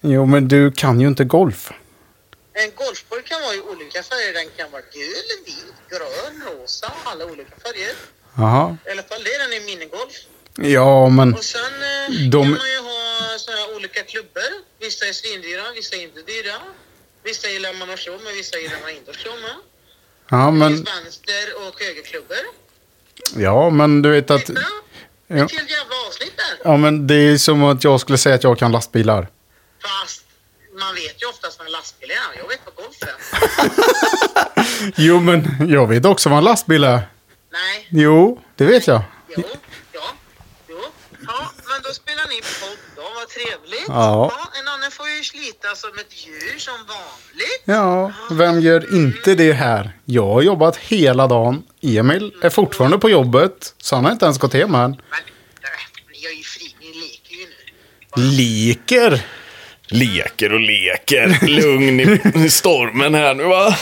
Jo, men du kan ju inte golf. En golfboll kan vara i olika färger. Den kan vara gul, vit, grön, rosa. Alla olika färger. Jaha. I alla fall det är den i minigolf. Ja, men... Och sen eh, De- kan man ju ha såna här olika klubbor. Vissa är svindyra, vissa är inte dyra. Vissa gillar man att slå med, vissa gillar man inte att slå med. Ja, Det men... finns vänster och högerklubbor. Ja, men du vet att... Titta! Ja. Ett helt jävla avsnitt där. Ja, men det är som att jag skulle säga att jag kan lastbilar. Fast man vet ju oftast vad en lastbil är. Jag vet vad golf är. Jo, men jag vet också vad en lastbil är. Nej, Jo, det vet jag. Jo, ja, jo. Ja, men då spelar ni podd då, vad trevligt. Ja. en annan får ju slita som ett djur som vanligt. Mm, Ja, vem gör inte det här? Jag har jobbat hela dagen. Emil är fortfarande på jobbet, så han har inte ens gått hem än. Men äh, ni är ju fri, ni leker ju nu. Leker! Leker och leker. Lugn i stormen här nu va?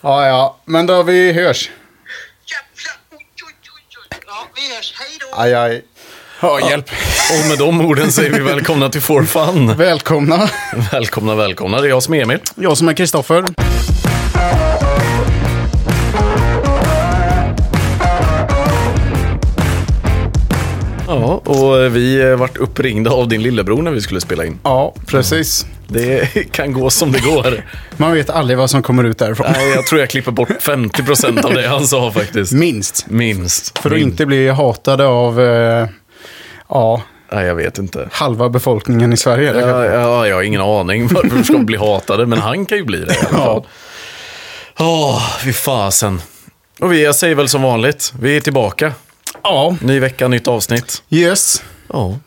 Ja, ja, men då vi hörs. Jävlar, oj, oj, oj, oj. Ja, vi hörs, hej då. Aj, aj. Ja, hjälp. Och med de orden säger vi välkomna till For Fun. Välkomna. Välkomna, välkomna. Det är jag som är Emil. Jag som är Kristoffer. Ja, och vi eh, vart uppringda av din lillebror när vi skulle spela in. Ja, precis. Det kan gå som det går. Man vet aldrig vad som kommer ut därifrån. Nej, jag tror jag klipper bort 50% av det han sa faktiskt. Minst. Minst. För att Min- inte bli hatade av eh, ja, Nej, jag vet inte. halva befolkningen i Sverige. eller? Ja, ja, jag har ingen aning varför de ska bli hatade, men han kan ju bli det i alla fall. Åh, fy fasen. Och vi, jag säger väl som vanligt, vi är tillbaka. ja. Ny vecka, nytt avsnitt. Yes. Ja.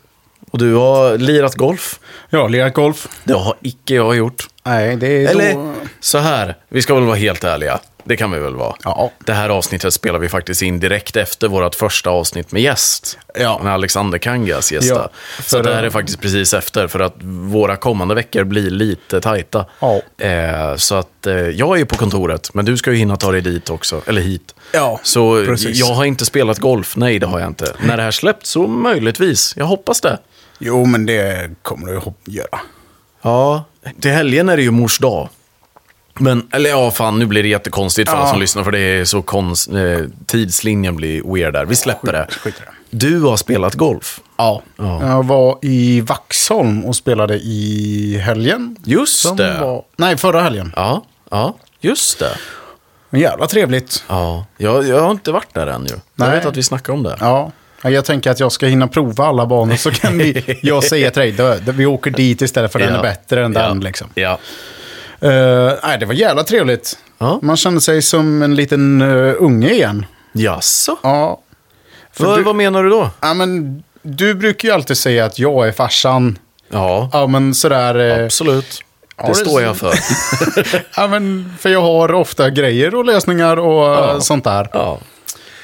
Och du har lirat golf. Jag har lirat golf. Det har icke jag gjort. Nej, det är Eller då... så här, vi ska väl vara helt ärliga. Det kan vi väl vara. Ja. Det här avsnittet spelar vi faktiskt in direkt efter vårt första avsnitt med gäst. Ja. När Alexander Kangas gästade. Ja, så för- det här är faktiskt precis efter, för att våra kommande veckor blir lite tajta. Ja. Eh, så att eh, jag är ju på kontoret, men du ska ju hinna ta dig dit också, eller hit. Ja, så precis. jag har inte spelat golf, nej det har jag inte. När det här släppts så möjligtvis, jag hoppas det. Jo, men det kommer du ihop- göra. Ja, till helgen är det ju mors dag. Men, eller ja, fan, nu blir det jättekonstigt för alla Ja. som lyssnar, för det är så konst... Eh, tidslinjen blir weird där. Vi släpper det. skit i det. Du har spelat golf. Ja. Jag var i Vaxholm och spelade i helgen. Just det. Var... Nej, förra helgen. Ja, ja, just det. Jävla trevligt. Ja, jag, jag har inte varit där än ju. Jag Nej. vet att vi snackade om det. Ja. Ja, Jag tänker att jag ska hinna prova alla banor så kan vi, jag säga till dig, "Dö, vi åker dit istället för den är bättre än ja. den. Liksom. Ja. Eh, nej, det var jävla trevligt. Ja. Man kände sig som en liten eh, unge igen. Jaså? Ja. För Vad- du, Vad menar du då? ja, men, du brukar ju alltid säga att jag är farsan. Ja, Ja, men sådär... eh, absolut. det Det står är- jag för. Ja, men, för jag har ofta grejer och lösningar och eh, sånt där. Ja.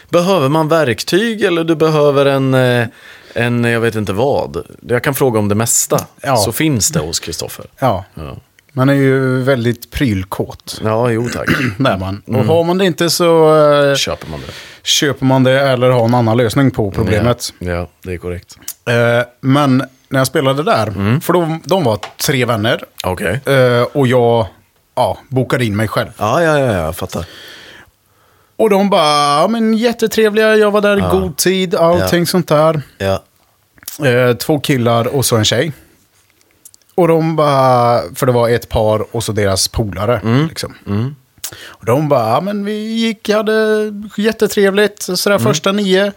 Behöver man verktyg eller du behöver en, eh, en, jag vet inte vad. Jag kan fråga om det mesta. Ja. Så finns det hos Kristoffer. Ja. Ja. Man är ju väldigt prylkåt. ja, jo tack. Där man. Mm. Och har man det inte så eh, Köper man det. köper man det eller har en annan lösning på problemet. Ja, ja det är korrekt. Eh, men när jag spelade där, Mm. för de, de var tre vänner Okej. eh, och jag ja, bokade in mig själv. Ja, ja, ja, jag fattar. Och de bara, ja, men jättetrevliga, jag var där i god tid, allting sånt där. Ja. Eh, två killar och så en tjej. Och de bara, för det var ett par och så deras polare. Liksom. Och de bara, ja, men vi gick, hade jättetrevligt, sådär första nio.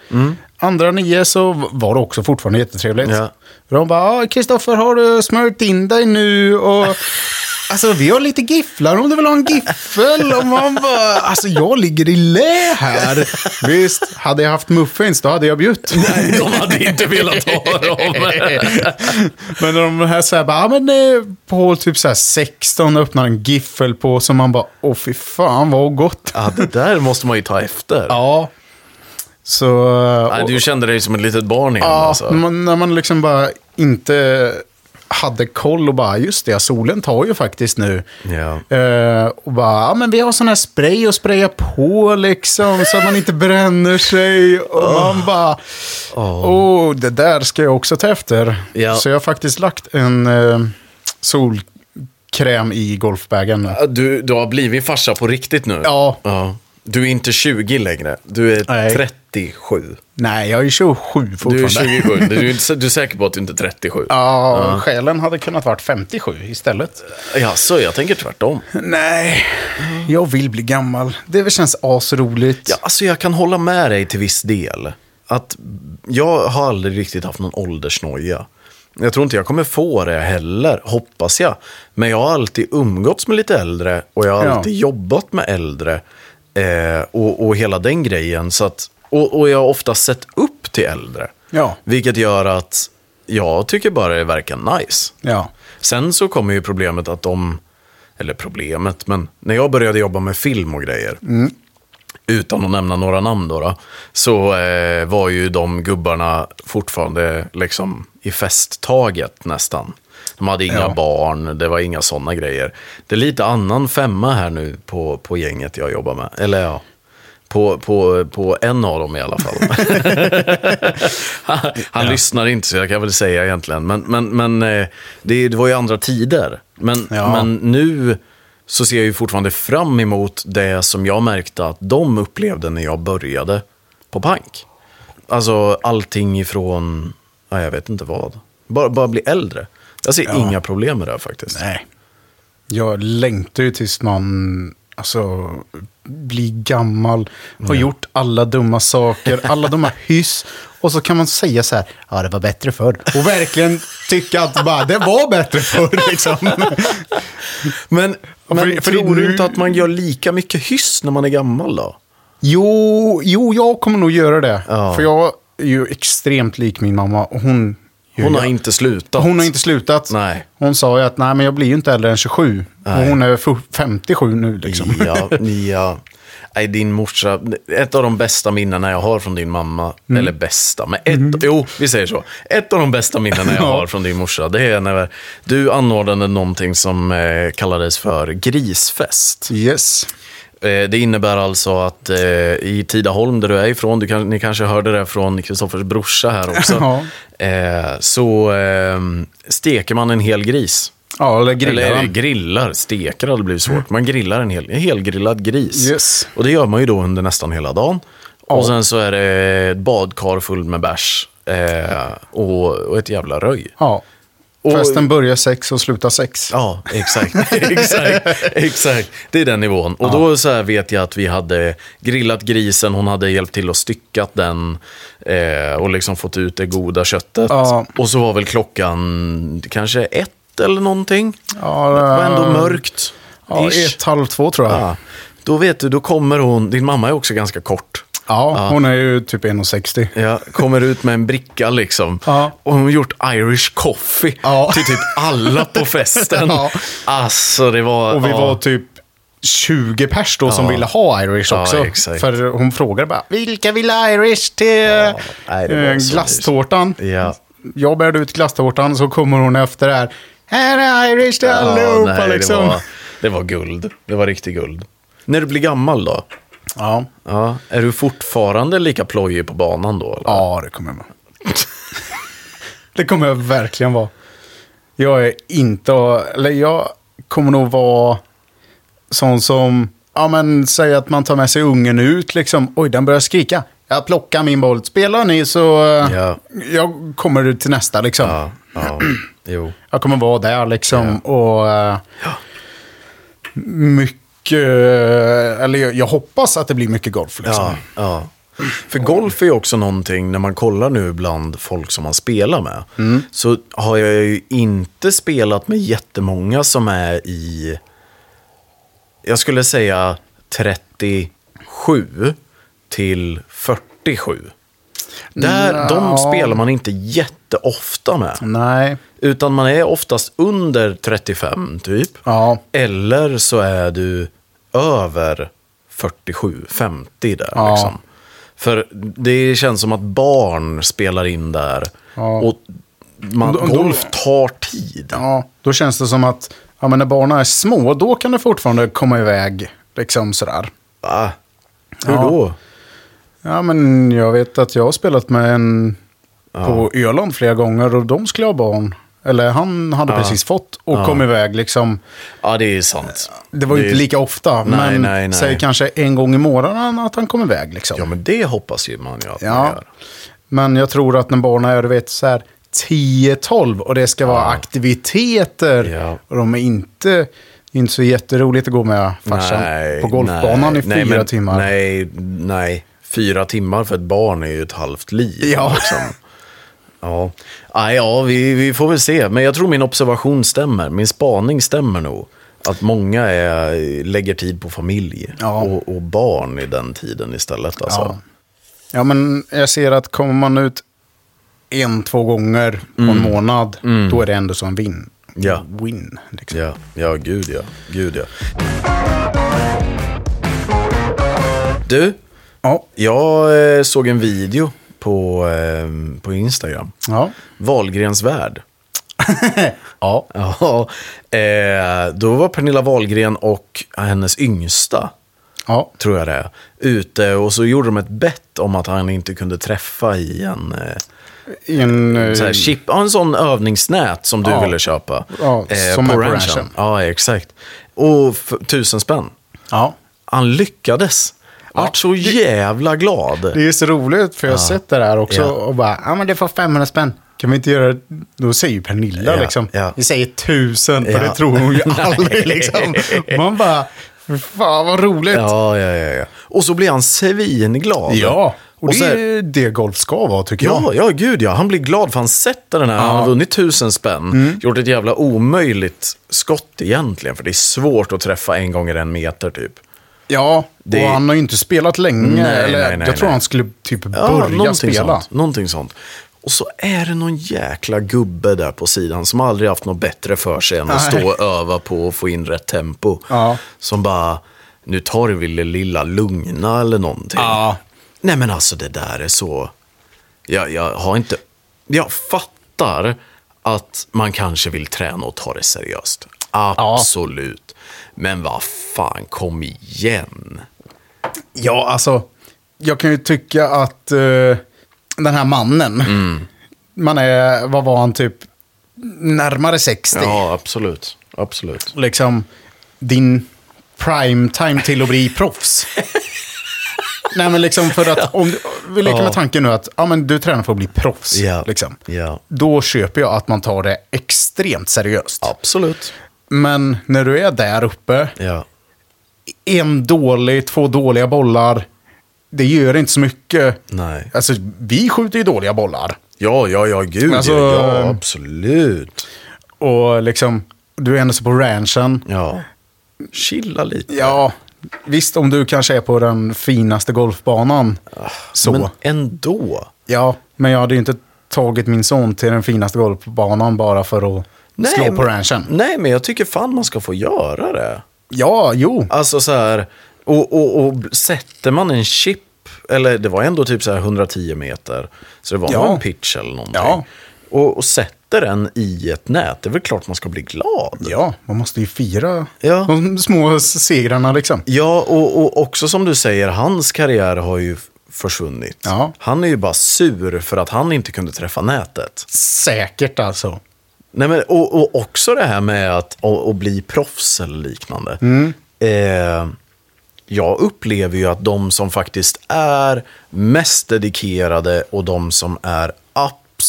Andra nio så var det också fortfarande jättetrevligt. Ja. Och De bara, "Ja, Kristoffer har du smörjt in dig nu? Och, alltså vi har lite gifflar om du vill ha en giffel. Och man bara, alltså jag ligger i lä här. Visst, hade jag haft muffins då hade jag bjudit. De hade inte velat ha dem. Men de här så här, bara, ah, men eh, på typ så här 16 öppnar en giffel på som man bara, åh fy fan vad gott. Ja, det där måste man ju ta efter. Ja. Så, eh, och, Nej, liksom, du kände dig som ett litet barn igen ja, Mm. alltså. man, när man liksom bara inte hade koll och bara, just det, solen tar ju faktiskt nu. Ja. Eh, och bara, ja men vi har sån här spray och spraya på liksom, så att man inte bränner sig. Och Ah. man bara, åh, det där ska jag också ta efter. Ja. Så jag har faktiskt lagt en eh, solkräm i golfbagen. nu. Du, du har blivit farsa på riktigt nu. Ja. Du är inte 20 längre. Du är Nej. 37. Nej, jag är 27 Du är fortfarande. 27. Du är, inte, du är säker på att du inte är 37? Ja, själen hade kunnat varit 57 istället. Ja, så jag tänker tvärtom. Nej, jag vill bli gammal. Det väl känns asroligt. Ja, alltså jag kan hålla med dig till viss del. Att jag har aldrig riktigt haft någon åldersnoja. Jag tror inte jag kommer få det heller, hoppas jag. Men jag har alltid umgåtts med lite äldre och jag har Ja. alltid jobbat med äldre. Eh, och, och hela den grejen. Så att, och, och jag har ofta sett upp till äldre. Ja. Vilket gör att jag tycker bara det verkar nice. Ja. Sen så kommer ju problemet att de, eller problemet, men när jag började jobba med film och grejer, utan att nämna några namn då, då så eh, var ju de gubbarna fortfarande liksom i festtaget nästan. De hade inga Ja. barn, det var inga sådana grejer. Det är lite annan femma här nu på, på gänget jag jobbar med. Eller ja, på, på, på en av dem i alla fall. Han lyssnar inte, så jag kan väl säga egentligen. Men, men, men eh, det, det var ju andra tider. Men, Ja. men nu så ser jag ju fortfarande fram emot det som jag märkte att de upplevde när jag började på Pank. Alltså allting ifrån, ja, jag vet inte vad. Bara, bara bli äldre. Jag ser inga problem med det här faktiskt. Nej. Jag längtar ju tills man alltså, blir gammal, har gjort alla dumma saker, alla dumma hyss. Och så kan man säga så här, ja det var bättre förr. Och verkligen tycka att bara, det var bättre förr liksom. Men, men för- för tror du nu- inte att man gör lika mycket hyss när man är gammal då? Jo, jo jag kommer nog göra det. Ja. För jag är ju extremt lik min mamma. Och hon, Hon har inte slutat. hon har inte slutat. Nej. Hon sa ju att nej, men jag blir ju inte äldre än 27. Och hon är fu- 57 nu liksom. Ja, ja. Nej, din morsa, ett av de bästa minnena jag har från din mamma, Mm. eller bästa, men ett, jo, vi säger så. Ett av de bästa minnena jag Ja. har från din morsa, det är när du anordnade någonting som eh, kallades för Mm. grisfest. Yes. Eh, Det innebär alltså att eh, i Tidaholm, där du är ifrån, du kan, ni kanske hörde det från Kristoffers brorsa här också, eh, så eh, steker man en hel gris. Ja, eller grillar Eller han. grillar, steker hade blivit svårt. Man grillar en, hel, en helgrillad gris. Yes. Och det gör man ju då under nästan hela dagen. Och sen så är det ett badkar fullt med bärs eh, och, och ett jävla röj. Ja. Och- Festen börjar sex och slutar sex. Ja, exakt. exakt, exakt. Det är den nivån. Och då så här vet jag att vi hade grillat grisen, hon hade hjälpt till att styckat den eh, och liksom fått ut det goda köttet. Ja. Och så var väl klockan kanske ett eller någonting. Ja, det var ändå eh, mörkt. Ja, Ish. ett, halv två tror jag. Ja, Ja. Då vet du, då kommer hon, din mamma är också ganska kort. hon är ju typ 1,60. Ja, kommer ut med en bricka liksom. Ja. Och hon har gjort Irish coffee Ja. till typ alla på festen. Ja. Alltså det var... Och vi ja. var typ 20 pers då som Ja. ville ha Irish Ja, också. exakt. För hon frågade bara, vilka vill ha Irish till nej, det var eh, så glasstårtan? Ja. Jag bärde ut glasstårtan, så kommer hon efter här. Här är Irish till allihopa nej, liksom. Det var, det var guld. Det var riktigt guld. När du blir gammal då? Ja. Ja. Är du fortfarande lika plojig på banan då? Eller? ja, det kommer jag vara. det kommer jag verkligen vara. Jag är inte, eller jag kommer nog vara sån som, ja men säg att man tar med sig ungen ut liksom, oj den börjar skrika. Jag plockar min boll, spelar ni så eh, Ja. jag kommer till nästa liksom. Ja, ja. Jo. Jag kommer vara där liksom och eh, mycket, eh, eller jag, jag hoppas att det blir mycket golf liksom. Ja, ja. För golf är ju också någonting, när man kollar nu bland folk som man spelar med, Mm. så har jag ju inte spelat med jättemånga som är i, jag skulle säga 37 till 47. Där, De spelar man inte jätteofta med. Nej, Utan man är oftast under 35 typ. ja. Eller så är du över 47, 50 där. Ja. Liksom. För det känns som att barn spelar in där. Ja. Och man, Om- om- golf tar tid. Ja, då känns det som att ja, men när barnen är små, då kan det fortfarande komma iväg. Liksom sådär. Va? Hur Ja. då? Ja, men jag vet att jag har spelat med en på Öland flera gånger och de skulle ha barn. Eller han hade precis fått och kom iväg liksom. Ja, det är sant. Det var ju är- inte lika ofta, Nej, men nej, nej. säg kanske en gång i månaden att han kom iväg liksom. Ja, men det hoppas ju man ju att man Ja. gör. Men jag tror att när barnen är, du vet, så här 10-12 och det ska vara aktiviteter. Ja. Och de är inte, det är inte så jätteroligt att gå med farsan på golfbanan nej, i fyra nej, men- timmar. Nej, nej. Fyra timmar för ett barn är ju ett halvt liv. liksom. Ja. Ja, ah, ja vi, vi får väl se. Men jag tror min observation stämmer. Min spaning stämmer nog. Att många är, lägger tid på familj Ja. och, och barn i den tiden istället. Alltså. Ja. ja, men jag ser att kommer man ut en, två gånger på en månad, då är det ändå som vinn. Mm. Ja. Win, liksom. Ja, ja, gud ja. Gud ja. Du, Ja. jag eh, såg en video på, eh, på Instagram. ja. Wahlgrens värld. Ja. Ja, eh, då var Pernilla Wahlgren och hennes yngsta, Ja. tror jag det är, ute och så gjorde de ett bett om att han inte kunde träffa i en, eh, I en... eh, så här chip, ja, en sån övningsnät som du Ja. ville köpa. Eh, Ja, som är på ranchen. Ja, exakt. Och f- tusen spänn. ja. Han lyckades. Vart så jävla glad. Det är ju så roligt, för jag har sett det där också Ja. och bara, ja men det får 500 spänn. Kan vi inte göra det? Då säger ju Pernilla Ja, liksom, ja. vi säger tusen, för Ja. det tror hon ju aldrig liksom. Man bara, "Fy fan vad roligt. Ja, Ja, ja, ja, ja. Och så blir han svinglad. och, det så här- är ju det golf ska vara tycker jag. Ja, ja, gud ja. Han blir glad för han sätter den här. Han har vunnit tusen spänn. Mm. Gjort ett jävla omöjligt skott egentligen. För det är svårt att träffa en gånger en meter typ. Ja, Det- och han har ju inte spelat länge. Nej, eller, nej, nej, jag tror nej. han skulle typ börja någonting spela. Sånt, någonting sånt. Och så är det någon jäkla gubbe där på sidan som aldrig haft något bättre för sig än att Nej. stå och öva på och få in rätt tempo. Ja. Som bara, nu tar du väl det lilla lugna eller någonting. Ja. Nej men alltså det där är så... Jag, jag har inte... Jag fattar att man kanske vill träna och ta det seriöst. Absolut. Men vad fan, kom igen. Ja, alltså, jag kan ju tycka att eh, den här mannen, man är, vad var han typ, närmare 60. Ja, absolut. Absolut. Liksom, din prime time till att bli proffs. Nej men liksom för att, om du, vi leker med tanken nu att ja, men du tränar för att bli proffs. Ja. Liksom. Ja. Då köper jag att man tar det extremt seriöst. Absolut. Men när du är där uppe, Ja. en dålig, två dåliga bollar. Det gör inte så mycket. Nej. Alltså, vi skjuter ju dåliga bollar. Ja, ja, ja, gud. Alltså- ja, absolut. Och liksom, du är ändå så på ranchen. Ja. Chilla lite. Ja, visst om du kanske är på den finaste golfbanan. Så. Men ändå. Ja, men jag hade ju inte tagit min son till den finaste golfbanan bara för att slå på men- ranchen. Nej, men jag tycker fan man ska få göra det. Ja, jo. Alltså så här, och, och, och sätter man en chip, eller det var ändå typ så här 110 meter, så det var Ja. nog en pitch eller någonting. Ja. Och, och sätter den i ett nät, det är väl klart man ska bli glad. Ja, man måste ju fira Ja. de små segrarna liksom. Ja, och, och också som du säger, hans karriär har ju f- försvunnit. Ja. Han är ju bara sur för att han inte kunde träffa nätet. Säkert alltså. Nej, men, och, och också det här med att och, och bli proffs eller liknande. Eh, jag upplever ju att de som faktiskt är mest dedikerade och de som är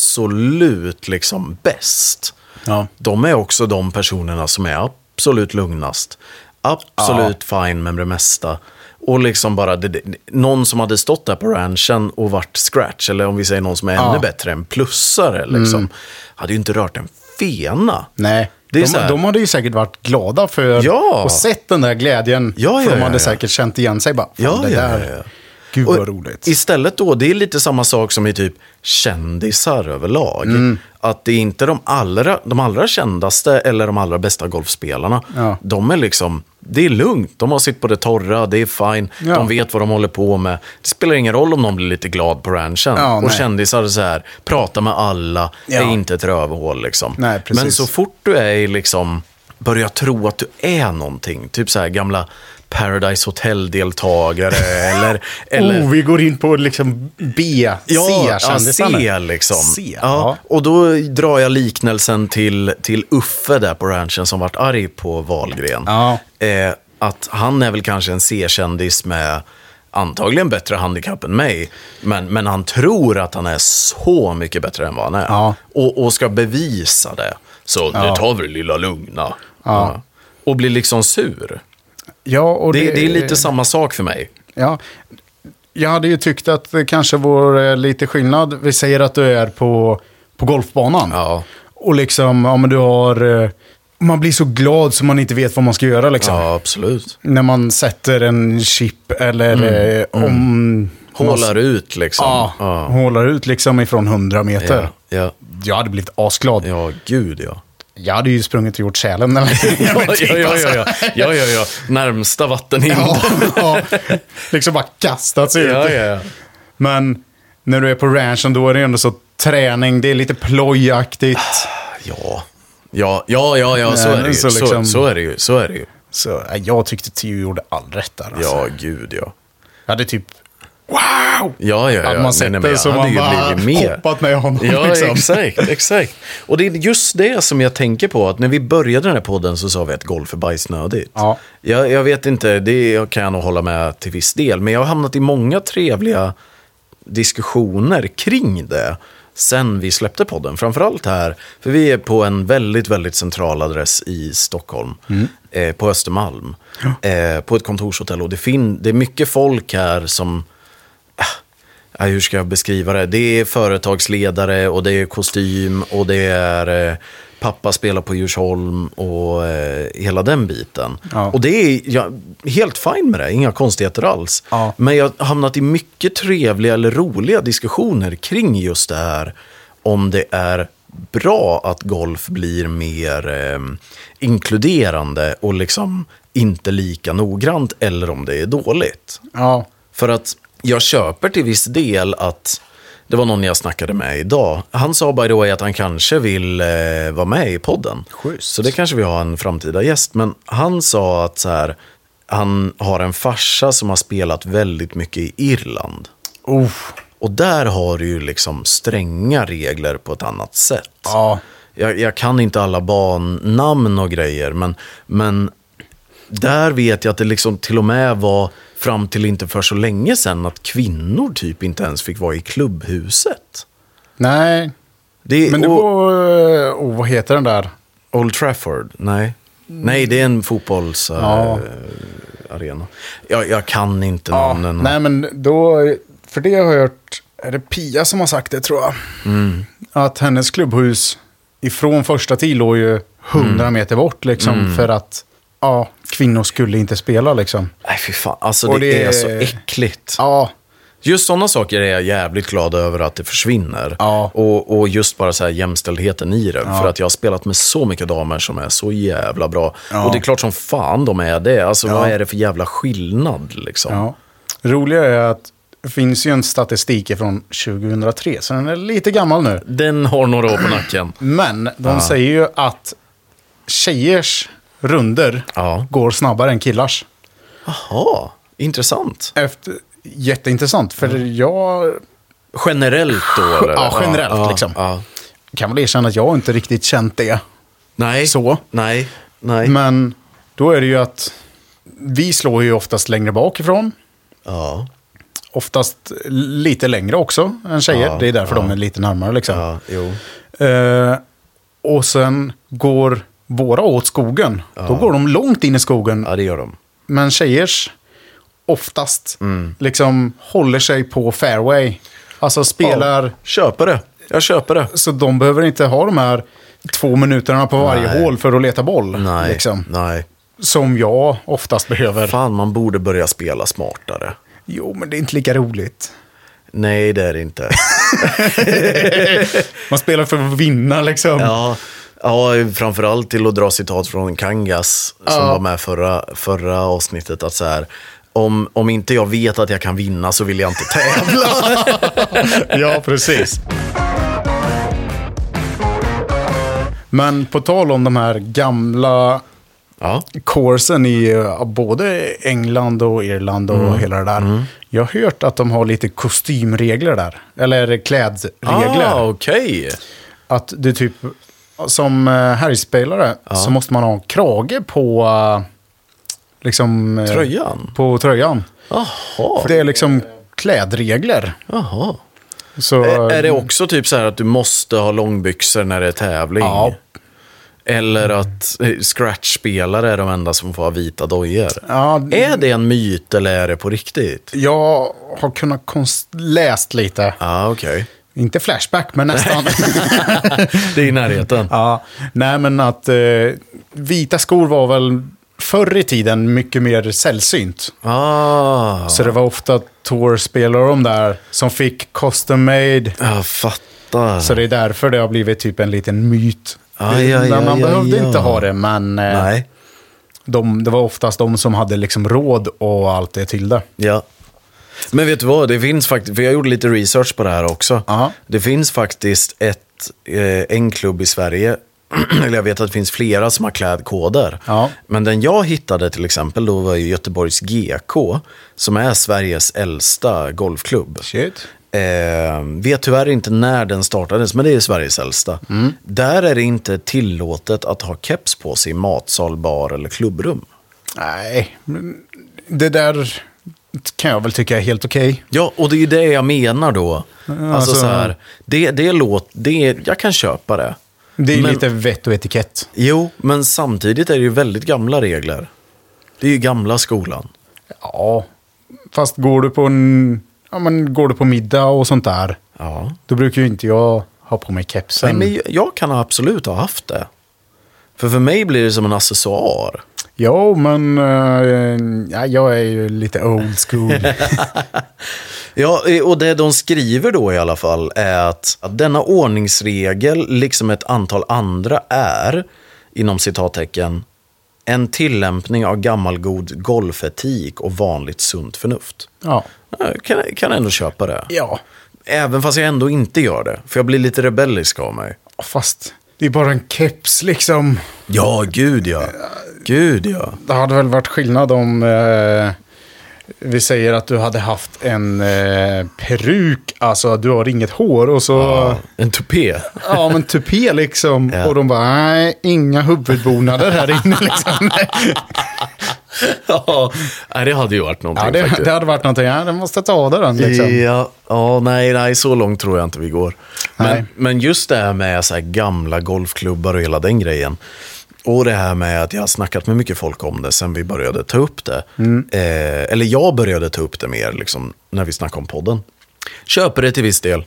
absolut liksom bäst, Ja. de är också de personerna som är absolut lugnast. Absolut fine med det mesta. Och liksom bara, det- det, någon som hade stått där på ranchen och varit scratch, eller om vi säger någon som är ännu bättre, en plussare, liksom, hade ju inte rört en fena. Mm. Nej, Det är så de, här- de hade ju säkert varit glada för Ja. och sett den där glädjen. Ja, ja, för de ja, hade ja. säkert känt igen sig. Bara, Fan, Ja, det ja, där. ja, ja. Gud Och vad roligt. Istället då, det är lite samma sak som i typ kändisar överlag. Mm. Att det är inte de allra, de allra kändaste eller de allra bästa golfspelarna. Ja. De är liksom det är lugnt. De har sitt på det torra, det är fine. Ja. De vet vad de håller på med. Det spelar ingen roll om de blir lite glad på ranchen. Ja, och nej. kändisar så här, prata med alla, det är Ja. inte ett rövhål liksom. Nej, precis. Men så fort du är i liksom, börjar tro att du är någonting, typ så här gamla Paradise Hotel-deltagare eller, eller Oh, vi går in på liksom B, C-kändisarna. C liksom. C, ja. ja. Och då drar jag liknelsen till, till Uffe där på ranchen som vart arg på Wahlgren. Ja. Eh, att han är väl kanske en C-kändis med antagligen bättre handikapp än mig. Men, men han tror att han är så mycket bättre än vad han är. Ja. Och, och ska bevisa det. Så nu tar vi det lilla lugna. Ja. Och blir liksom sur. Ja, och Det, det är lite samma sak för mig. Ja. Jag hade ju tyckt att det kanske vore lite skillnad. Vi säger att du är på, på golfbanan. Ja. Och liksom, ja men du har... eh, Man blir så glad så man inte vet vad man ska göra liksom. Ja, absolut. När man sätter en chip eller eh, om... Mm, Hålar ut liksom. Ja, Ja. hålar ut liksom ifrån 100 meter. Ja, ja, Jag hade blivit asglad. ja gud ja. Jag hade ju sprungit och gjort sälen eller alltså. Ja, ja, ja, ja, ja. ja, ja, ja. Närmsta vatten in. ja, ja. Liksom bara kastat sig Ja, ut. ja, ja. Men när du är på ranchen då är det ändå så träning, det är lite plojaktigt. Ja, ja, ja, ja, ja så, Nej, är det men ju. så Så, liksom- så är det ju. Så är det ju. Så äh, jag tyckte Tio gjorde all rätt där. Alltså. Ja, gud ja. Jag hade typ, wow! Ja, ja, ja. Hade man sett det så han man hade ju bara blivit med. hoppat med honom, Ja, liksom. exakt, exakt. Och det är just det som jag tänker på. Att när vi började den här podden så sa vi att golf är bajsnödigt. Ja. Jag, jag vet inte, det kan jag nog hålla med till viss del. Men jag har hamnat i många trevliga diskussioner kring det sen vi släppte podden. Framförallt här, för vi är på en väldigt, väldigt central adress i Stockholm. Mm. Eh, på Östermalm. Eh, på ett kontorshotell. Och det, fin- det är mycket folk här som Ja, hur ska jag beskriva det? Det är företagsledare och det är kostym och det är eh, pappa spelar på Djursholm och eh, hela den biten. Ja. Och det är ja, helt fine med det, inga konstigheter alls. Ja. Men jag har hamnat i mycket trevliga eller roliga diskussioner kring just det här. Om det är bra att golf blir mer eh, inkluderande och liksom inte lika noggrant eller om det är dåligt. Ja, För att jag köper till viss del att det var någon jag snackade med idag. Han sa by the way att han kanske vill eh, vara med i podden. Schysst. Så det kanske vi har en framtida gäst. Men han sa att så här, han har en farsa som har spelat väldigt mycket i Irland. oh, Och där har du ju liksom stränga regler på ett annat sätt. ja. Jag, jag kan inte alla bannamn och grejer, men, men där vet jag att det liksom till och med var fram till inte för så länge sedan att kvinnor typ inte ens fick vara i klubbhuset. Nej, Det, men det och, var... eh, Oh, vad heter den där? Old Trafford? Nej. Nej, det är en Ja. fotbollsarena. jag, jag kan inte Ja, namnen. nej men då, för det har jag hört, är det Pia som har sagt det tror jag? Att hennes klubbhus ifrån första tid låg ju hundra meter bort liksom för att ja, kvinnor skulle inte spela liksom. Nej, fy fan. Alltså det, Och det- är så äckligt. Ja, Just sådana saker är jag jävligt glad över att det försvinner. Ja. Och, och just bara så här jämställdheten i det. För att jag har spelat med så mycket damer som är så jävla bra. Ja. Och det är klart som fan de är det. Alltså vad är det för jävla skillnad liksom? ja. Roliga är att det finns ju en statistik från 2003, så den är lite gammal nu. Den har några år på nacken. Men de säger ju att tjejers runder Ja. går snabbare än killars. Jaha, intressant. Efter, jätteintressant, för jag Generellt då? Eller? Ja, generellt, liksom. ja. kan väl erkänna att jag inte riktigt känt det. Nej. Så. Nej. Nej. Men då är det ju att vi slår ju oftast längre bakifrån. Ja. Oftast lite längre också än tjejer. Ja, det är därför de är lite närmare liksom. ja, jo. Eh, och sen går våra åt skogen. Då går de långt in i skogen. Ja, det gör de. Men tjejers oftast Mm. liksom håller sig på fairway. Alltså spelar... Ja, köper det. Jag köper det. Så de behöver inte ha de här två minuterna på varje Nej. hål för att leta boll. Nej. Liksom. Nej. Som jag oftast behöver. Fan, man borde börja spela smartare. Jo, men det är inte lika roligt. Nej, det är det inte. Man spelar för att vinna liksom. Ja, Ja, framförallt till att dra citat från Kangas som var med förra, förra avsnittet. Att så här, om, om inte jag vet att jag kan vinna så vill jag inte tävla. ja, precis. Men på tal om de här gamla ja. coursen i eh, både England och Irland och Mm. hela det där. Jag har hört att de har lite kostymregler där. Eller klädregler. Ah, okej. Att du typ, som eh, herrspelare så måste man ha en krage på eh, liksom, eh, Tröjan? På tröjan. Jaha. Det är liksom klädregler. Jaha. Så, Är, är det också typ så här att du måste ha långbyxor när det är tävling? Ja. Eller att eh, scratchspelare är de enda som får ha vita dojor? Ja, Är det en myt eller är det på riktigt? jag har kunnat konst- läst lite. Ja, Ah, okej. Inte Flashback, men nästan. Det är i närheten. ja, nej, men att eh, vita skor var väl förr i tiden mycket mer sällsynt. Ah, Så det var ofta tourspelare och de där som fick custom made. jag fattar. Så det är därför det har blivit typ en liten myt. Ja, Ah, ja, ja, men man ja, behövde ja. inte ha det, men eh, Nej, de, det var oftast de som hade liksom råd och allt det till det. ja. Men vet du vad, det finns faktiskt, för jag gjorde lite research på det här också. Ja. Det finns faktiskt ett, eh, en klubb i Sverige, eller jag vet att det finns flera som har klädkoder. Ja. Men den jag hittade till exempel då var ju Göteborgs GK, som är Sveriges äldsta golfklubb. Shit. Eh, vet tyvärr inte när den startades, men det är Sveriges äldsta. Där är det inte tillåtet att ha keps på sig i matsal, bar eller klubbrum. Nej, men det där kan jag väl tycka är helt okej. Ja, och det är ju det jag menar då. alltså alltså- så här, det, det låt, det, jag kan köpa det. Det är Men- lite vett och etikett. Jo, men samtidigt är det ju väldigt gamla regler. Det är ju gamla skolan. Ja, fast går du på en... Ja, men går du på middag och sånt där, Ja. då brukar ju inte jag ha på mig Nej, kepsen. men jag- jag kan absolut ha haft det. För för mig blir det som en accessoar. Jo, men eh, ja, jag är ju lite old school. Ja, eh, och det de skriver då i alla fall är att, att denna ordningsregel, liksom ett antal andra, är, inom citattecken, en tillämpning av gammalgod golfetik och vanligt sunt förnuft. ja. Jag kan, kan ändå köpa det. ja, Även fast jag ändå inte gör det, för jag blir lite rebellisk av mig. fast det är bara en keps liksom. Ja, gud ja. Gud ja. Det hade väl varit skillnad om eh, vi säger att du hade haft en eh, peruk, alltså du har inget hår och så... En tupé. Ja, men tupé liksom. Och de bara, nej, inga huvudbonader här inne liksom. ja, nej, det hade ju varit någonting ja, det, faktiskt. det hade varit någonting, ja, den måste ta av dig den liksom. Ja, ja nej, nej, så långt tror jag inte vi går. Nej. Men, men just det här med så här gamla golfklubbar och hela den grejen. Och det här med att jag har snackat med mycket folk om det sen vi började ta upp det. Mm. Eh, eller jag började ta upp det mer liksom, när vi snackade om podden. Köper det till viss del.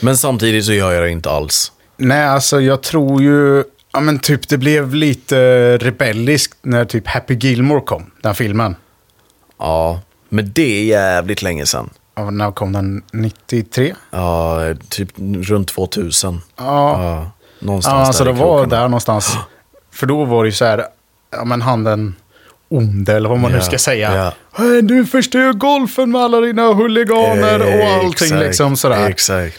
Men samtidigt så gör jag det inte alls. Nej, alltså jag tror ju, ja men typ det blev lite rebelliskt när typ Happy Gilmore kom, den filmen. Ja, men det är jävligt länge sedan. Ja, när kom den? 93? Ja, typ runt 2000. Ja. Ja, någonstans alltså där det i var krokarna. där någonstans. För då var det ju så här, ja men han den onde eller vad man Ja, nu ska säga. ja. "Hej, Du förstör golfen med alla dina huliganer och allting Exakt, liksom sådär. Exakt.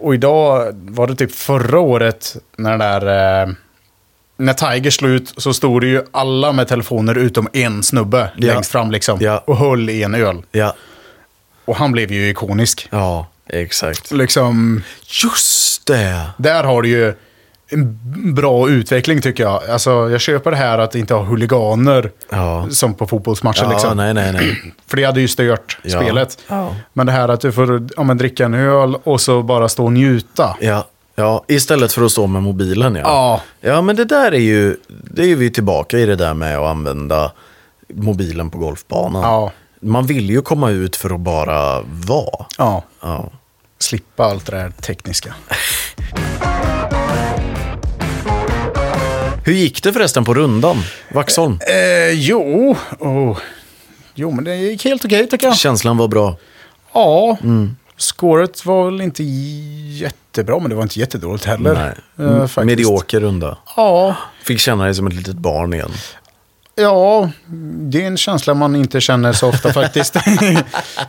Och idag var det typ förra året när den där... Eh, när Tiger slog ut så stod det ju alla med telefoner utom en snubbe Ja. längst fram liksom. Ja. Och höll i en öl. Ja, Och han blev ju ikonisk. ja exakt. Liksom, Just det! där har du ju en bra utveckling tycker jag. Alltså jag köper det här att inte ha huliganer Ja. som på fotbollsmatcher Ja, liksom. nej, nej, nej. För det hade ju stört Ja. spelet. Ja. Men det här att du får ja, men, dricka en öl och så bara stå och njuta. Ja, ja, istället för att stå med mobilen. Ja, Ja. ja men det där är ju, det är ju vi tillbaka i det där med att använda mobilen på golfbanan. Ja. Man vill ju komma ut för att bara vara. ja. Ja. slippa allt det där tekniska. Hur gick det förresten på rundan, Vaxholm? Eh, jo. Oh. jo, men det gick helt okej tycker jag. Känslan var bra. Ja, mm. scoret var väl inte jätte... jättebra, men det var inte jättedåligt heller. Nej. Eh, Mm. faktiskt. Medioker runda. Ja, Fick känna dig som ett litet barn igen. Ja, det är en känsla man inte känner så ofta faktiskt.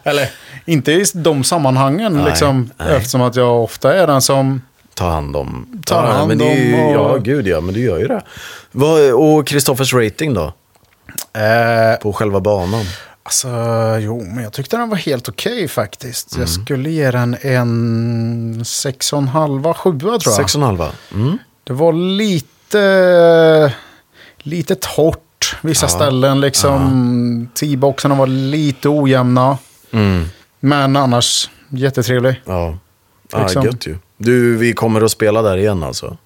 Eller inte i de sammanhangen, Nej, liksom, nej. eftersom att jag ofta är den som... Ta hand om. Ta Ja, hand men det är ju, om och- Ja, gud ja, men du gör ju det. Vad, och Kristoffers rating då? Eh, På själva banan? alltså, jo, men jag tyckte den var helt okej faktiskt. Jag Mm. skulle ge den en 6,5, 7 tror jag. Sex och en halva? Mm. Det var lite, lite torrt vissa ställen. Liksom, T-boxarna var lite ojämna. Mm. Men annars jättetrevlig. Ja. Ja, Liksom. gött ju. Du, vi kommer att spela där igen alltså?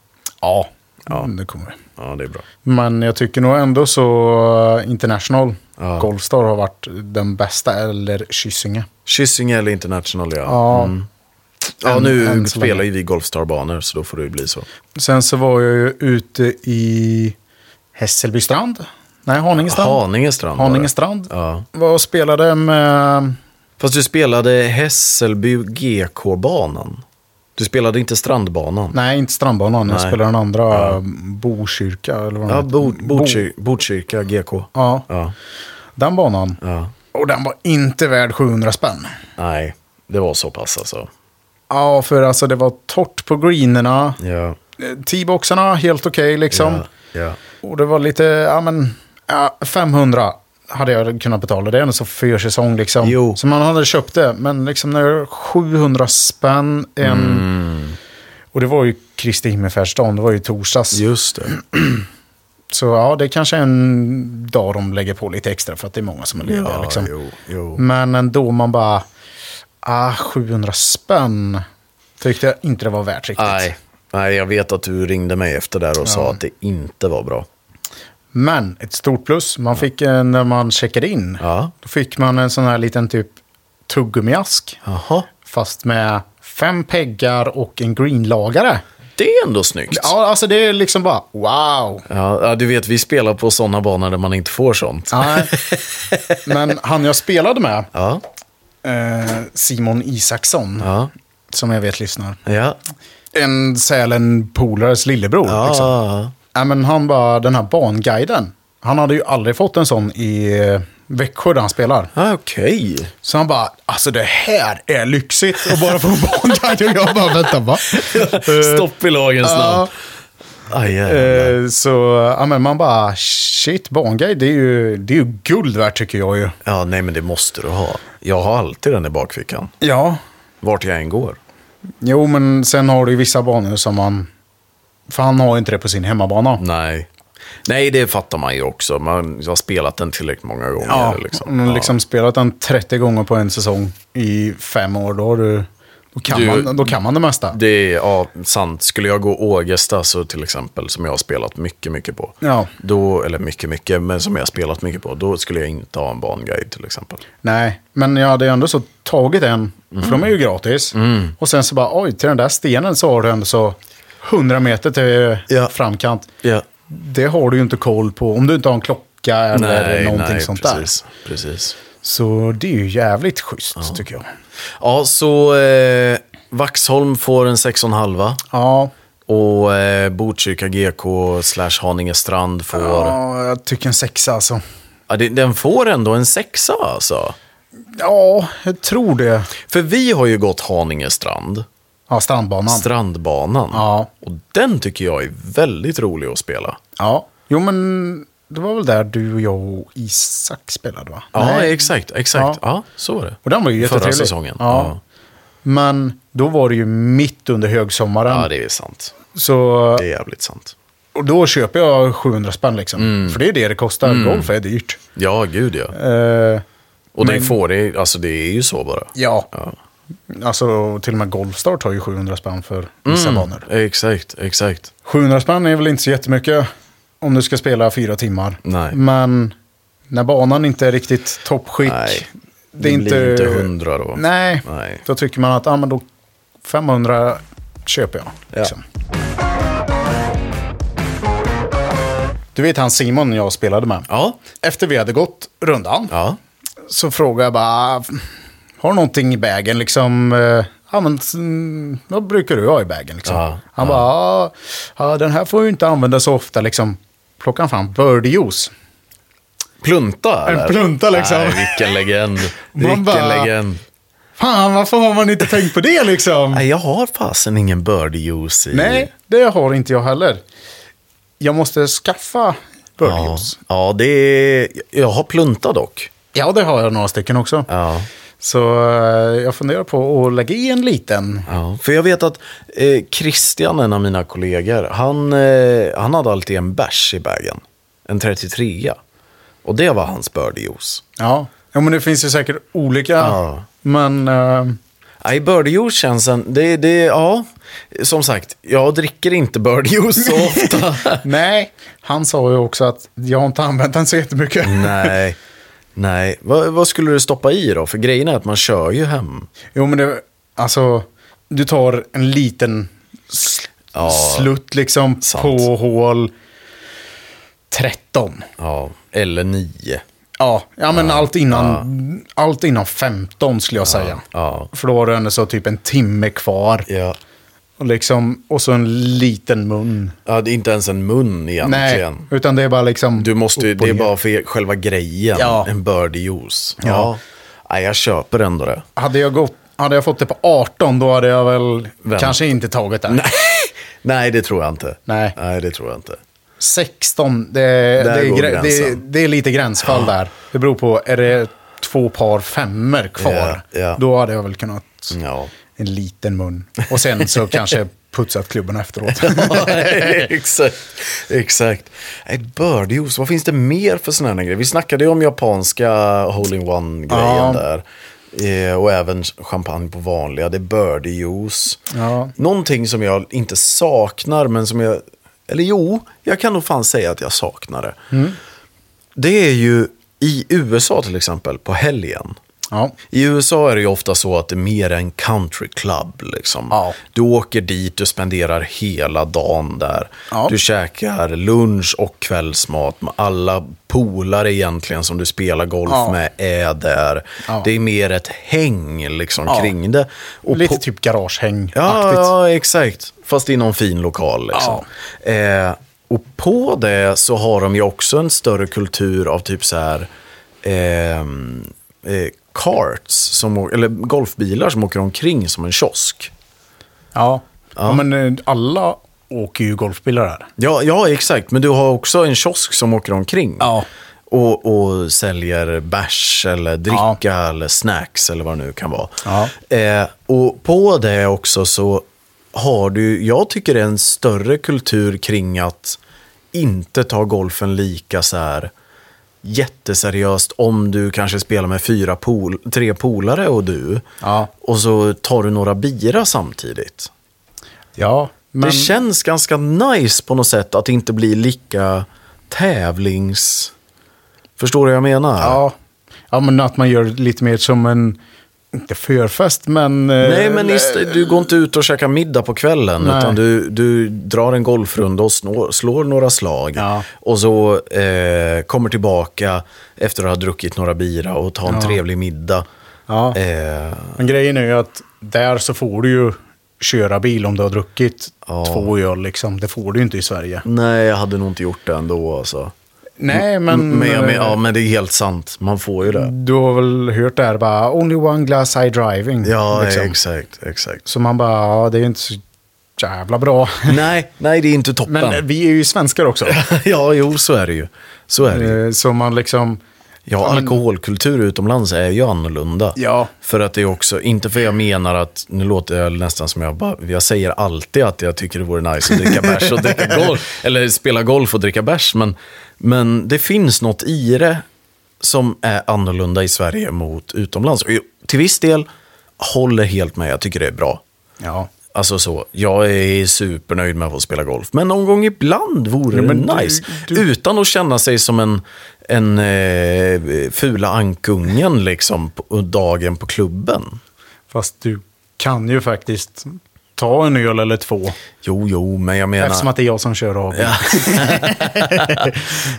Ja, ja. det kommer vi. Ja, det är bra. Men jag tycker nog ändå så eh, International Ja. Golfstar har varit den bästa, eller Mm. Kyssinge. Kyssing eller International, ja. Ja. ja Än- nu än så spelar länge. ju vi Golfstarbanor, så då får det ju bli så. Sen så var jag ju ute i Hässelbystrand. Nej, Haningestrand. Haninge strand. var det. Haningestrand. Ja. Var och spelade med... Fast du spelade Hässelby GK-banan. Du spelade inte strandbanan. Nej, inte strandbanan. Jag Nej. spelade den andra, ja. Bokyrka. Eller vad den Ja, heter. Bo- Botkyrka, Botkyrka GK. Ja, Ja, den banan. ja. Och den var inte värd 700 spänn. Nej, det var så pass alltså. Ja, för alltså det var torrt på greenerna. Ja. Eh, T-boxarna, helt okej liksom. Ja, ja. Och det var lite, ja men, ja, 500 hade jag kunnat betala. Det är ändå så för säsong liksom. Jo. Så man hade köpt det. Men liksom när det var 700 spänn en... Mm. Och det var ju Kristi himmelsfärdsdagen, det var ju torsdags. Just det. Så ja, det kanske är en dag de lägger på lite extra för att det är många som är lediga. Ja, liksom. jo, jo. Men ändå, man bara, ah, 700 spänn tyckte jag inte det var värt riktigt. Nej. Nej, jag vet att du ringde mig efter där och sa att det inte var bra. Men ett stort plus, man fick eh, när man checkade in, Ja. då fick man en sån här liten typ tuggummiask. Jaha. Fast med fem peggar och en greenlagare. Det är ändå snyggt. Ja, alltså det är liksom bara wow. Ja, ja, du vet, vi spelar på sådana banor där man inte får sånt. Nej. Men han jag spelade med, Ja, eh, Simon Isaksson, ja, som jag vet lyssnar. ja. En Sälen-polares lillebror. Liksom. ja. Ja, men han bara, den här banguiden, han hade ju aldrig fått en sån i eh, Växjö där han spelar. Ah, Okej. Så han bara, alltså det här är lyxigt att bara få barnguide. Och jag bara, vänta va? Stopp i lagens namn. Aj, jävlar. Eh, Så ja, men man bara, shit, barnguide, det är ju, det är ju guld värt tycker jag ju. Ja, nej men det måste du ha. Jag har alltid den i bakfickan. Ja. Vart jag än går. Jo, men sen har du ju vissa banor som man... För han har ju inte det på sin hemmabana. Nej. Nej, det fattar man ju också. Man har spelat den tillräckligt många gånger. Ja, liksom. Om du liksom spelat den 30 gånger på en säsong i fem år, då, har du, då, kan, Du- man, då kan man det mesta. Det är ja, sant. Skulle jag gå Ågesta så till exempel, som jag har spelat mycket, mycket på. Ja. Då, eller mycket, mycket, men som jag har spelat mycket på. Då skulle jag inte ha en banguide till exempel. Nej, men jag hade ju ändå så tagit en, för de är ju gratis. Mm. Och sen så bara, oj, till den där stenen så har du ändå så 100 meter till Ja. framkant. Ja. Det har du ju inte koll på om du inte har en klocka eller någonting sånt precis, precis. där. Så det är ju jävligt schysst tycker jag. Ja, så eh, Vaxholm får en 6,5 Ja, och eh, Botkyrka GK slash Haninge strand får... Ja. ja, jag tycker en sexa alltså. det, den får ändå en sexa alltså. Ja, jag tror det. För vi har ju gått Haninge strand, Ja, strandbanan. strandbanan. Ja. Och den tycker jag är väldigt rolig att spela. Ja, jo men det var väl där du och jag och Isak spelade va? Ja, Nej. exakt. exakt. Ja. så var det. Och den var ju Förra jättetrevlig. säsongen. Ja. Ja. Men då var det ju mitt under högsommaren. ja, det är sant. Så, Det är jävligt sant. och då köper jag 700 spänn liksom. Mm. För det är det det kostar. Golf är dyrt. Ja, gud ja. Eh, Och det Men- får det, alltså det är ju så bara. ja. Ja. alltså till och med Golfstar tar ju 700 spänn för Mm. vissa banor. Exakt, exakt. 700 spänn är väl inte så jättemycket om du ska spela fyra timmar. Nej. Men när banan inte är riktigt toppskick. Nej. Det, Det är blir inte 100 då. Nej. Nej. Då tycker man att ah, men då 500 köper jag. Ja. Liksom. Du vet han Simon jag spelade med. Ja, Efter vi hade gått rundan ja. "Ah, så frågade jag bara, har du någonting i vägen liksom? eh, Ja, men mm, vad brukar du ha i bagen? Liksom. Ja, han bara, ja, ja, den här får ju inte användas så ofta. Liksom. Plockar han fram birdie juice. Plunta? En eller? plunta, liksom. Nej, vilken legend. Man Vilken bara- legend. Fan, varför har man inte tänkt på det liksom? Nej, jag har fasen ingen birdie juice i. Nej, det har inte jag heller. Jag måste skaffa birdie ja, juice. ja, det är... Jag har plunta dock. Ja, det har jag några stycken också. Ja. Så eh, jag funderar på att lägga i en liten. Ja, för jag vet att eh, Christian, en av mina kollegor, han, eh, han hade alltid en bärs i bagen. En 33 Och det var hans birdie juice. Ja, ja men det finns ju säkert olika. Ja. Men eh, Nej, birdie juice känns en... Det, det, ja. Som sagt, jag dricker inte birdie juice så ofta. nej, han sa ju också att jag har inte använt den så jättemycket. nej. Nej, vad, vad skulle du stoppa i då? För grejen är att man kör ju hem. Jo, men det, alltså, du tar en liten sl- Ja, slutt liksom sant. på hål 13. Ja, eller nio. Ja, ja men Allt, innan, allt innan 15 skulle jag säga. ja. För då har du ändå så typ en timme kvar. Ja. Och, liksom, och så en liten mun. ja, det är inte ens en mun egentligen. Nej, utan det är bara liksom... Du måste ju, upp och det är ner. bara för själva grejen. Ja. En birdie juice. Ja. Nej, jag köper ändå det. Hade jag, gått, hade jag fått det på 18 då hade jag väl Vänt. kanske inte tagit det. Nej, det tror jag inte. Nej. Nej, det tror jag inte. 16, det, är- det, Där är, går grä- det, är- gränsen. det är lite gränsfall där. Det beror på, är det två par femmer kvar, Ja, ja. då hade jag väl kunnat Ja. en liten mun. Och sen så kanske putsat klubben efteråt. exakt. Exakt. Nej, birdie juice, vad finns det mer för sådana här grejer? Vi snackade ju om japanska hole-in-one-grejen Ja. där. Eh, och även champagne på vanliga. Det är birdie juice. Ja. Någonting som jag inte saknar, men som jag... Eller jo, jag kan nog fan säga att jag saknar det. Mm. Det är ju i USA till exempel, på helgen. ja. I USA är det ju ofta så att det är mer en country club. Liksom. Ja. Du åker dit, du spenderar hela dagen där. Ja. Du käkar lunch och kvällsmat. med Alla polare egentligen som du spelar golf Ja. med är där. Ja. Det är mer ett häng liksom, Ja. kring det. Och Lite på- typ garagehäng Ja, ja, exakt. Fast i någon fin lokal. Liksom. Eh, och på det så har de ju också en större kultur av typ så här... ehm, eh, karts, som, å- eller golfbilar som åker omkring som en kiosk. Ja. Ja, men eh, alla åker ju golfbilar här. Ja, ja, exakt. Men du har också en kiosk som åker omkring. Ja. Och, och säljer bärs eller dricka Ja. eller snacks eller vad det nu kan vara. Ja. Eh, och på det också så har du, jag tycker det är en större kultur kring att inte ta golfen lika så här jätteseriöst om du kanske spelar med fyra pol, tre polare och du. Ja. Och så tar du några bira samtidigt. Ja, men... Det känns ganska nice på något sätt att det inte blir lika tävlings... Förstår du vad jag menar? Ja. ja, men att man gör det lite mer som en, inte förfest, men... eh, Nej, men ist- du går inte ut och käkar middag på kvällen, Nej. utan du, du drar en golfrunda och snår, slår några slag. Ja. Och så eh, kommer tillbaka efter att ha druckit några bira och ta en trevlig middag. Ja. Eh, Men grejen är ju att där så får du ju köra bil om du har druckit Ja. två öl liksom. Det får du ju inte i Sverige. nej, jag hade nog inte gjort det ändå. Alltså. Nej, men... Mm. Men, jag men, ja, eh, men det är helt sant. Man får ju det. Du har väl hört det här bara, only one glass I driving. Ja, liksom. exakt. exakt. Så man bara, ja, det är ju inte så jävla bra. Nej, nej, det är inte toppen. Men eh, vi är ju svenskar också. ja, jo, så är det ju. Så är det ju. Eh, så man liksom... Ja, men- alkoholkultur utomlands är ju annorlunda. Ja. För att det är också, inte för jag menar att, nu låter jag nästan som jag bara, jag säger alltid att jag tycker det vore nice att dricka bärs och dricka golf, eller spela golf och dricka bärs, men, men det finns något i det som är annorlunda i Sverige mot utomlands. Och jag- till viss del håller helt med, jag tycker det är bra. Ja. Alltså så, jag är supernöjd med att få spela golf. Men någon gång ibland vore Ja, men det du- nice. du- Utan att känna sig som en, en eh, fula ankungen liksom, på dagen på klubben. Fast du kan ju faktiskt ta en öl eller två. Jo, jo, men jag menar... Eftersom att det är jag som kör av. Ja.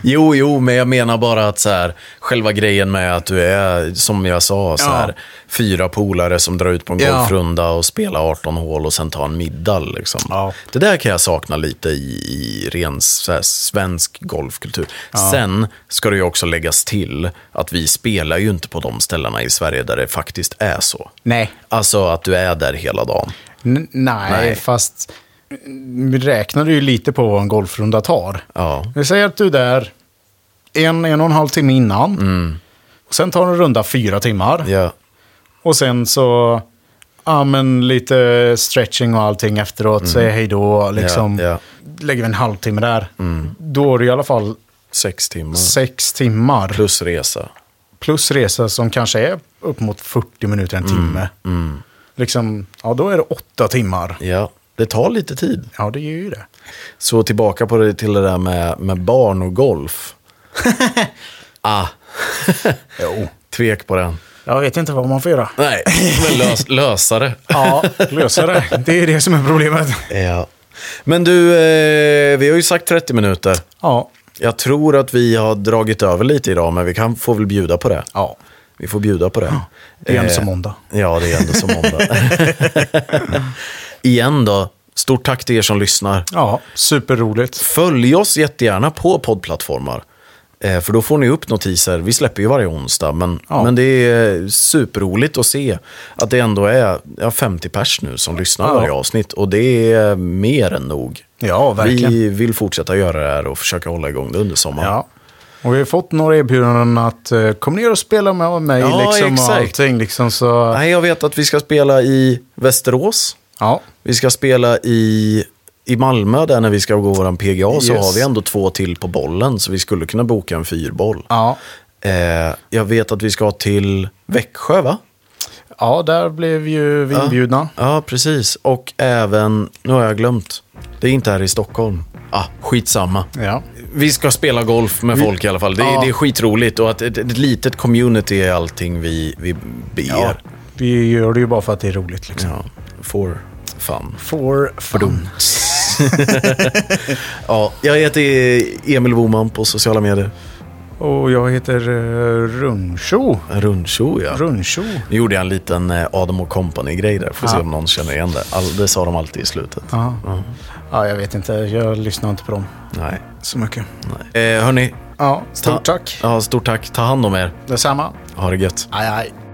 jo, jo, men jag menar bara att så här, själva grejen med att du är, som jag sa, så Ja. här, fyra polare som drar ut på en Ja. golfrunda och spelar 18 hål och sen tar en middag. Liksom. Ja. Det där kan jag sakna lite i, i ren så här, svensk golfkultur. Sen ska det ju också läggas till att vi spelar ju inte på de ställena i Sverige där det faktiskt är så. Nej. Alltså att du är där hela dagen. N- nej, Nej. fast vi räknar ju lite på vad en golfrunda tar. Ja. Vi säger att du är där en, en och en halv timme innan. Och sen tar du en runda fyra timmar. Mm. Ja. Och sen så, ja men lite stretching och allting efteråt, säga hej då, liksom. Mm. Ja, Mm. ja. Lägger vi en halvtimme där. Då är det i alla fall Sex timmar. sex timmar plus, Plus resa. resa som kanske är upp mot 40 minuter, Mm. en timme. Liksom, ja då är det åtta timmar. Ja. Det tar lite tid. Ja, det är ju det. Så tillbaka på det, till det där med, med barn och golf. ah, Jo. tvek på den. Jag vet inte vad man får göra. Nej, men lös, lösare. Ja, lösa det. Det är det som är problemet. Ja. Men du, eh, vi har ju sagt 30 minuter. Ja. Jag tror att vi har dragit över lite idag, men vi kan, får väl bjuda på det. Ja. Vi får bjuda på det. Eh, det är ändå som måndag. Ja, det är ändå som måndag. Igen då, stort tack till er som lyssnar. Ja, superroligt. Följ oss jättegärna på poddplattformar. Eh, För då får ni upp notiser. Vi släpper ju varje onsdag, men, Ja. men det är eh, superroligt att se att det ändå är ja, 50 pers nu som lyssnar Ja. varje avsnitt. Och det är mer än nog. Ja, verkligen. Vi vill fortsätta göra det här och försöka hålla igång det under sommaren. Ja. Och vi har fått några erbjudanden att eh, kom ner och spela med mig Ja, liksom, och exakt. allting. Liksom, så, Nej, jag vet att vi ska spela i Västerås. ja. Vi ska spela i, i Malmö där när vi ska gå vår PGA. Så Yes. har vi ändå två till på bollen, så vi skulle kunna boka en fyrboll. Ja. Eh, jag vet att vi ska till Växjö, va? ja, där blev ju vi inbjudna. Ja, precis. Och även, nu har jag glömt, det är inte här i Stockholm. Ah, skitsamma. Ja. Vi ska spela golf med folk i alla fall. Det, Ja. det är skitroligt och att ett, ett litet community är allting vi, vi ber. Ja. Ja. Vi gör det ju bara för att det är roligt. Liksom. for fun. For fun. Ja, jag heter Emil Boman på sociala medier. Och jag heter uh, Runcho. Rundsho, ja. Runcho. Nu gjorde jag en liten eh, Adam och Company-grej där. Får se Ja. om någon känner igen det. All, det sa de alltid i slutet. Ja. ja, jag vet inte. Jag lyssnar inte på dem Nej. så mycket. nej. Eh, hörni, Ja, Ta- stort tack. Ja, stort tack. Ta hand om er. Detsamma. Ha det gött. Aj, aj.